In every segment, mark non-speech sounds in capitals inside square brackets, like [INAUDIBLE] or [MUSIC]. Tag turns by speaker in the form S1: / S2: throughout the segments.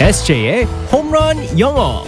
S1: SJ의 홈런 영어.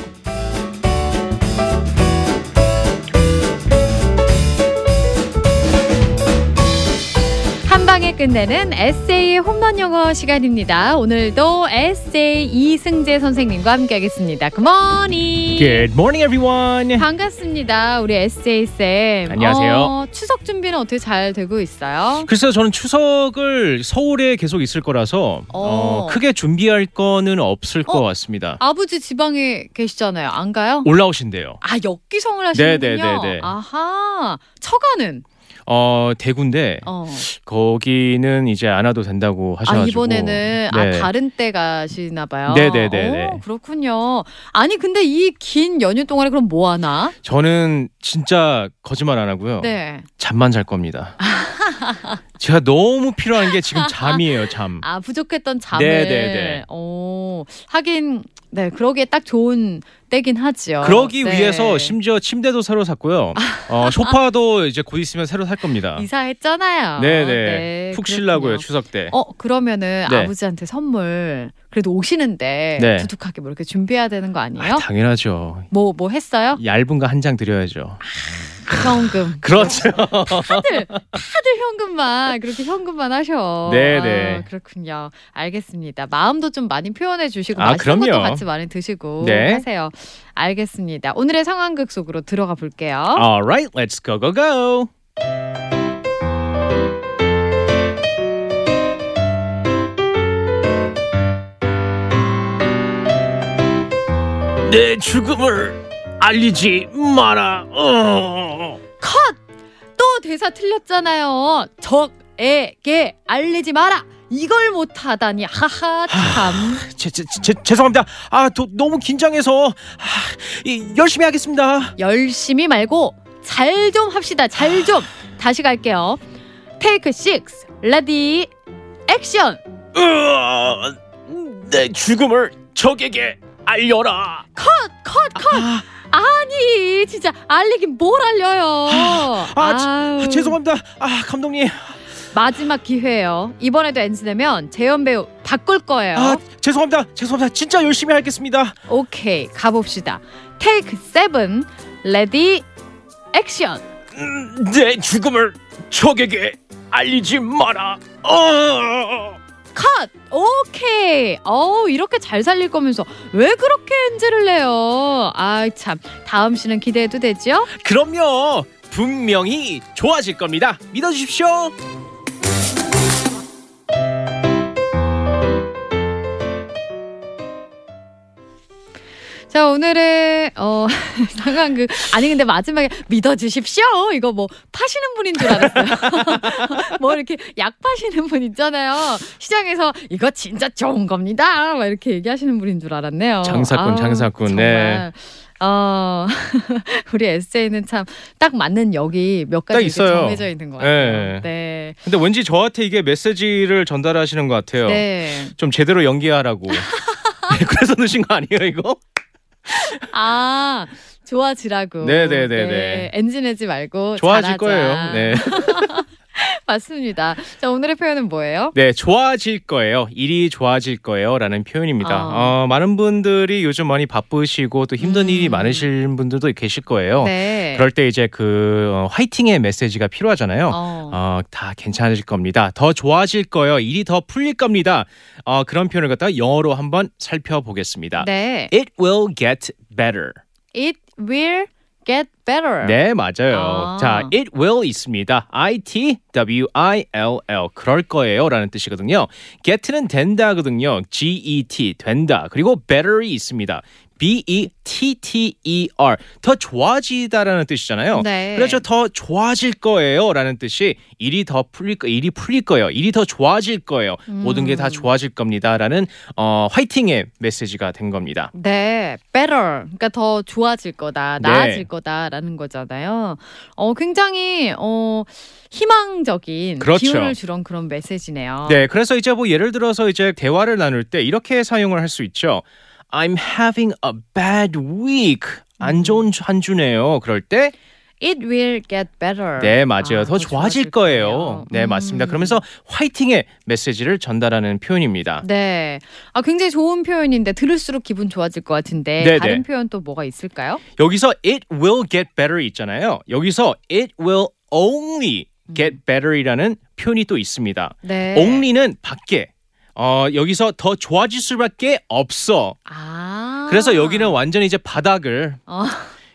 S2: 한 방에 끝내는 에세이 홈런 영어 시간입니다. 오늘도 에세이 이승재 선생님과 함께하겠습니다. 굿모닝.
S1: Good morning, everyone.
S2: 반갑습니다. 우리 에세이 쌤.
S1: 안녕하세요.
S2: 어, 추석 준비는 어떻게 잘 되고 있어요?
S1: 글쎄요, 저는 추석을 서울에 계속 있을 거라서 어,
S2: 어.
S1: 크게 준비할 거는 없을 것 같습니다.
S2: 아버지 지방에 계시잖아요. 안 가요?
S1: 올라오신대요.
S2: 아 역기성을
S1: 네,
S2: 하시는군요.
S1: 네, 네, 네.
S2: 아하. 처가는.
S1: 어, 대구인데
S2: 어.
S1: 거기는 이제 안 와도 된다고 하셔가지고.
S2: 아 이번에는
S1: 네.
S2: 아 다른 때 가시나 봐요.
S1: 네, 네, 네, 네.
S2: 오, 그렇군요. 아니 근데 이 긴 연휴 동안에 그럼 뭐 하나?
S1: 저는 진짜 거짓말 안 하고요.
S2: 네.
S1: 잠만 잘
S2: [LAUGHS]
S1: 겁니다. 제가 너무 필요한 게 지금 잠이에요, 잠.
S2: 아 부족했던 잠을.
S1: 네, 네, 네.
S2: 오 하긴 네 그러기에 딱 좋은 때긴 하지요.
S1: 그러기
S2: 네.
S1: 위해서 심지어 침대도 새로 샀고요.
S2: [LAUGHS]
S1: 어, 소파도 이제 곧 있으면 새로 살 겁니다.
S2: 이사했잖아요.
S1: 네네.
S2: 네,
S1: 푹
S2: 그렇군요.
S1: 쉬려고요, 추석 때.
S2: 어 그러면은
S1: 네.
S2: 아버지한테 선물 그래도 오시는데
S1: 네.
S2: 두둑하게 뭐 이렇게 준비해야 되는 거
S1: 아,
S2: 아니에요?
S1: 당연하죠.
S2: 뭐
S1: [LAUGHS]
S2: 뭐 했어요?
S1: 얇은 거 한 장 드려야죠.
S2: 아, 현금.
S1: 그렇죠.
S2: 다들 다들 현금만 그렇게 현금만 하셔.
S1: 네네.
S2: 아, 그렇군요. 알겠습니다. 마음도 좀 많이 표현해 주시고
S1: 아,
S2: 맛있는
S1: 그럼요.
S2: 것도 같이 많이 드시고
S1: 네.
S2: 하세요. 알겠습니다. 오늘의 상황극 속으로 들어가 볼게요.
S1: Alright, let's go go go. 내 죽음을 알리지 마라. 어.
S2: 컷! 또 대사 틀렸잖아요. 적에게 알리지 마라. 이걸 못하다니 하하 참.
S1: 제, 제, 제, 죄송합니다. 아, 도- 너무 긴장해서 아, 이, 열심히 하겠습니다.
S2: 열심히 말고 잘 좀 합시다. 잘 좀. 다시 갈게요. 테이크 6. 레디 액션.
S1: 으아, 내 죽음을 적에게 알려라.
S2: 컷 컷.
S1: 아,
S2: 아니 진짜 알리긴 뭘 알려요.
S1: 아, 지-
S2: 아유.
S1: 죄송합니다. 아, 감독님.
S2: 마지막 기회예요. 이번에도 엔지 내면 재현 배우 바꿀 거예요.
S1: 아, 죄송합니다. 죄송합니다. 진짜 열심히 하겠습니다.
S2: 오케이 가봅시다. 테이크 세븐 레디 액션.
S1: 음, 내 죽음을 적에게 알리지 마라. 어.
S2: 컷! 오케이! 어우, 이렇게 잘 살릴 거면서 왜 그렇게 엔지를 내요? 아이, 참. 다음 시는 기대해도 되죠?
S1: 그럼요. 분명히 좋아질 겁니다. 믿어 주십시오.
S2: 자, 오늘의, 어, [LAUGHS] 상황극. 아니, 근데 마지막에 믿어주십시오! 이거 뭐, 파시는 분인 줄 알았어요. [LAUGHS] 뭐, 이렇게 약 파시는 분 있잖아요. 시장에서 이거 진짜 좋은 겁니다! 막 이렇게 얘기하시는 분인 줄 알았네요.
S1: 장사꾼, 장사꾼,
S2: 정말.
S1: 네.
S2: 어, [LAUGHS] 우리 에세이는 참 딱 맞는 역이 몇 가지
S1: 딱
S2: 이렇게
S1: 있어요.
S2: 정해져 있는 것
S1: 네.
S2: 같아요. 네.
S1: 근데 왠지 저한테 이게 메시지를 전달하시는 것 같아요.
S2: 네.
S1: 좀 제대로
S2: [LAUGHS]
S1: 연기하라고. 네, 그래서 넣으신 거 아니에요 이거?
S2: 아, 좋아지라고.
S1: 네, 네, 네, 네.
S2: 엔진 내지 말고.
S1: 좋아질
S2: 어, 잘하자.
S1: 거예요. 네.
S2: [LAUGHS] 맞습니다. 자, 오늘의 표현은 뭐예요?
S1: 네, 좋아질 거예요. 일이 좋아질 거예요라는 표현입니다.
S2: 어.
S1: 어, 많은 분들이 요즘 많이 바쁘시고 또 힘든
S2: 음.
S1: 일이 많으신 분들도 계실 거예요.
S2: 네.
S1: 어, 그럴 때 이제 그 어, 화이팅의 메시지가 필요하잖아요.
S2: 어.
S1: 어, 다 괜찮아질 겁니다. 더 좋아질 거예요. 일이 더 풀릴 겁니다. 어, 그런 표현을 갖다 영어로 한번 살펴보겠습니다.
S2: 네.
S1: It will get better.
S2: It will get better.
S1: 네, 맞아요.
S2: 아.
S1: 자, it will 있습니다. I T W I L L 그럴 거예요라는 뜻이거든요. get는 된다거든요. G E T 된다. 그리고 better이 있습니다. B E T T E R 더 좋아지다라는 뜻이잖아요.
S2: 네.
S1: 그래서 더 좋아질 거예요라는 뜻이 일이 더 풀릴 거 일이 풀릴 거예요. 일이 더 좋아질 거예요. 모든 게 다 좋아질 겁니다라는 어, 화이팅의 메시지가 된 겁니다.
S2: 네, better. 그러니까 더 좋아질 거다,
S1: 네.
S2: 나아질 거다라는 거잖아요. 어, 굉장히 어 희망적인
S1: 그렇죠.
S2: 기운을 주런 그런 메시지네요.
S1: 네, 그래서 이제 뭐 예를 들어서 이제 대화를 나눌 때 이렇게 사용을 할 수 있죠. 음. I'm having a bad week. 안 좋은 한 주네요. 그럴 때
S2: It will get better.
S1: 네, 맞아요.
S2: 아,
S1: 더 좋아질 거예요. 네,
S2: 음.
S1: 맞습니다. 그러면서 화이팅의 메시지를 전달하는 표현입니다.
S2: 네. 아, 굉장히 좋은 표현인데 들을수록 기분 좋아질 것 같은데
S1: 네, 네.
S2: 다른 표현 또 뭐가 있을까요?
S1: 여기서 it will get better 있잖아요. 여기서 it will only get better이라는 표현이 또 있습니다.
S2: 네.
S1: only는 밖에. 어, 여기서 더 좋아질 수밖에 없어.
S2: 아.
S1: 그래서 여기는 완전히 이제 바닥을
S2: 어.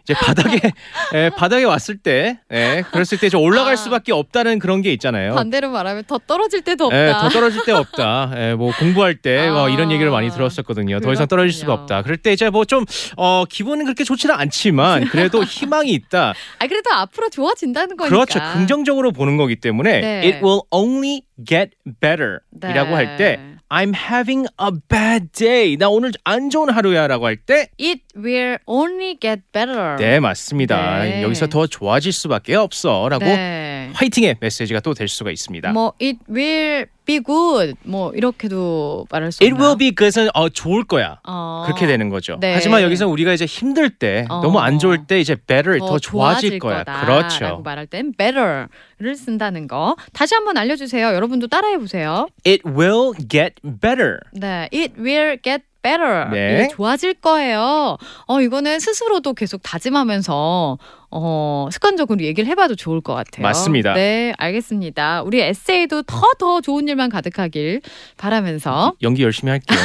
S1: 이제
S2: [LAUGHS]
S1: 바닥에 예, 바닥에 왔을 때 예, 그랬을 때 이제 올라갈
S2: 아.
S1: 수밖에 없다는 그런 게 있잖아요.
S2: 반대로 말하면 더 떨어질 때도 없다.
S1: 예, 더 떨어질 데 없다. 예, 뭐 공부할 때
S2: 아.
S1: 뭐 이런 얘기를 많이 들었었거든요. 더 이상 떨어질 수가
S2: 그렇군요.
S1: 없다. 그럴 때 이제 뭐 좀 어, 기분은 그렇게 좋지는
S2: [LAUGHS]
S1: 않지만 그래도 희망이 있다.
S2: 아, 그래도 앞으로 좋아진다는 거니까.
S1: 그렇죠. 긍정적으로 보는 거기 때문에
S2: 그러니까. 네.
S1: it will only get
S2: 네.
S1: better이라고 할 때 I'm having a bad day. 나 오늘 안 좋은 하루야라고 할 때
S2: It will only get better.
S1: 네, 맞습니다.
S2: 아. 네.
S1: 여기서 더 좋아질 수밖에 없어라고
S2: 네.
S1: 화이팅의 메시지가 또 될 수가 있습니다.
S2: 뭐 it will be good 뭐 이렇게도 말할 수
S1: It
S2: 있나요?
S1: will be good은 어, 좋을 거야.
S2: 어.
S1: 그렇게 되는 거죠.
S2: 네.
S1: 하지만 여기서 우리가 이제 힘들 때
S2: 어.
S1: 너무 안 좋을 때 이제 better 더, 좋아질 거야.
S2: 거다. 라고
S1: 그렇죠.
S2: 말할 땐 better를 쓴다는 거. 다시 한번 알려주세요. 여러분도 따라해 보세요.
S1: It will get better.
S2: 네, it will get better.
S1: 네.
S2: 이게 좋아질 거예요. 어 이거는 스스로도 계속 다짐하면서 어 습관적으로 얘기를 해봐도 좋을 것 같아요.
S1: 맞습니다.
S2: 네, 알겠습니다. 우리 에세이도 더 더 좋은 일만 가득하길
S1: [LAUGHS]
S2: 바라면서
S1: 연기 열심히
S2: [LAUGHS]
S1: 할게요.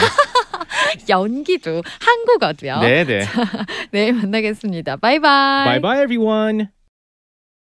S2: 연기도 한국어도요.
S1: 네, 네.
S2: 어. 내일 만나겠습니다. 바이바이.
S1: Bye bye everyone.